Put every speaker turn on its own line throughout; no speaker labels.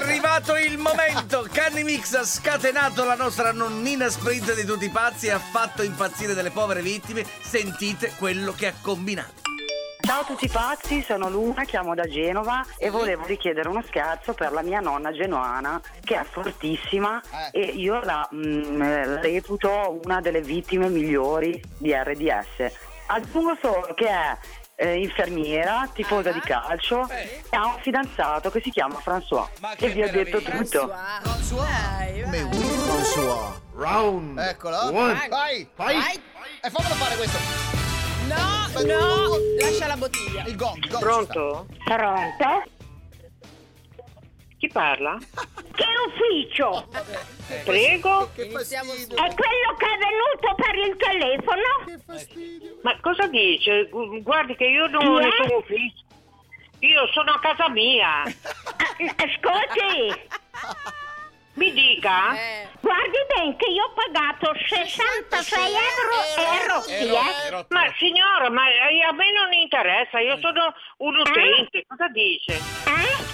arrivato il momento! Canimix ha scatenato la nostra nonnina sprint di tutti i pazzi e ha fatto impazzire delle povere vittime. Sentite quello che ha combinato.
Ciao a tutti pazzi, sono Luna, chiamo da Genova e volevo richiedere uno scherzo per la mia nonna genuana che è fortissima
Eh.
e io la mm, eh, reputo una delle vittime migliori di RDS. Aggiungo solo che è eh, infermiera,
Ah.
tifosa di calcio e ha un fidanzato che si chiama François
Ma che
e vi ho detto
meraviglia.
tutto.
Come un François.
Round.
Eccolo.
One.
Vai.
Vai.
E fammelo fare questo.
No, no, lascia la bottiglia.
Il gong. il gong
Pronto?
Pronto?
Chi parla?
Che ufficio?
Prego?
ci sta. Che
Iniziamo
fastidio.
È quello che è venuto per il telefono?
Che fastidio.
Ma cosa dice? Gu- Guardi che io non ho
Chi è?
nessun ufficio. Io sono a casa mia.
Ah, Ascolti,
Mi dica?
Eh,
guardi bene che io ho pagato 66 euro e rotti, eh?
Ma signora, ma eh, a me non interessa, io sono un utente. Cosa dice?
Eh?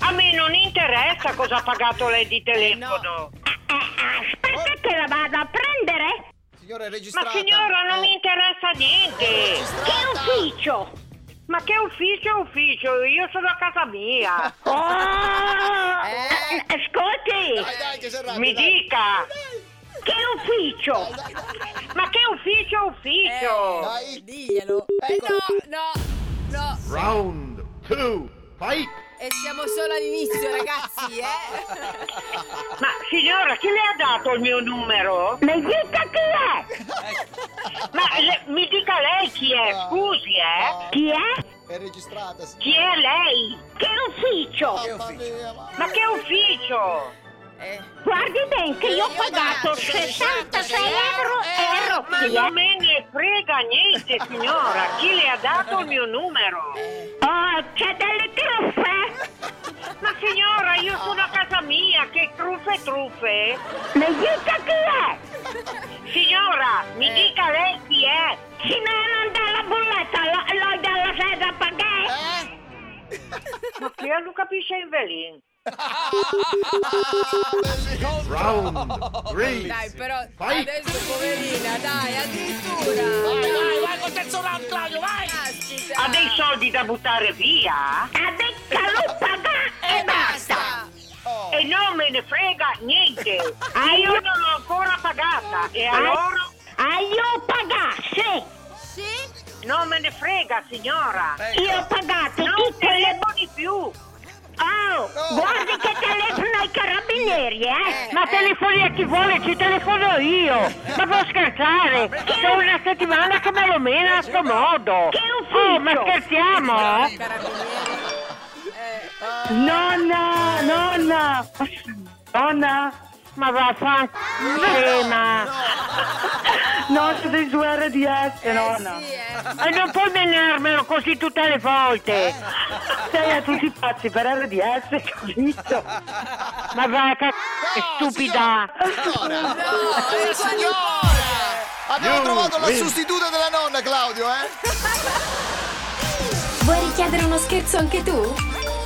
A me non interessa cosa ha pagato lei di telefono.
Eh, Aspetta che la vado a prendere.
Signora è registrata. Oh,
Ma signora,
Eh.
non mi interessa niente.
Che ufficio?
Ma che ufficio è ufficio? Io sono a casa mia.
Oh!
Eh.
Dai,
Ascolti,
dai, che si arrabbia,
Mi
dai.
dica.
che ufficio?
Ma che ufficio è ufficio?
Dai.
eh, diglielo. Eh, no, no, no.
Round. Two. Fight.
E siamo solo all'inizio, ragazzi, eh.
Ma signora, chi le ha dato il mio numero?
Mi dica chi è?
Ecco,
Ma le- mi dica lei chi è, scusi, eh?
Chi è?
È registrata. signora.
Chi è lei?
Che ufficio?
Mamma mia, ma-
Ma che ufficio?
Eh,
Guardi bene che io ho pagato 66 euro e
Eh, Ma
rotti,
non
eh?
me ne frega niente, signora. Chi le ha dato il mio numero?
Oh, c'è delle truffe?
Ma signora, io sono a casa mia, che truffe truffe?
Mi dica chi è?
Signora, mi dica lei chi è.
Se no non dà la bolletta, lo- lo dà la sede a pagare?
Eh?
Ma chi è Luca Piscenvelin?
Ah,
Round. Three.
dai,
Ecco.
però
Vai.
adesso poverina, dai, addirittura.
Vai, vai, vai col terzo round, Claudio, vai!
Caspita.
Ha dei soldi da buttare via?
A becca lo
Eh,
pagà e basta!
Oh.
E non me ne frega niente. Ah, io non l'ho ancora pagata. E allora
Ah, io ho pagato, sì!
Sì?
non me ne frega, signora.
Io ho pagato
Non
tutte le...
telefono di più.
Oh, guardi che telefono ai carabinieri, eh!
Ma telefoni a chi vuole, ci telefono io. Ma può scherzare? Sono una settimana che me lo mena a sto modo.
Che
Oh, ma
ufficio?
scherziamo?
Carabinieri. Eh,
Nonna, nonna, nonna,
Ma vaffanculo. Sì, ma...
nonna dei su RDS, nonna.
sì, eh.
E non puoi menarmelo così tutte le
Eh.
volte. Cioè,
Sei a tutti pazzi per RDS, capito?
Ma va a c***o,
No,
stupida.
Signora.
No, eh,
Signora. Abbiamo
You
trovato la
win.
sostituta della nonna, Claudio, eh?
Vuoi richiedere uno scherzo anche tu?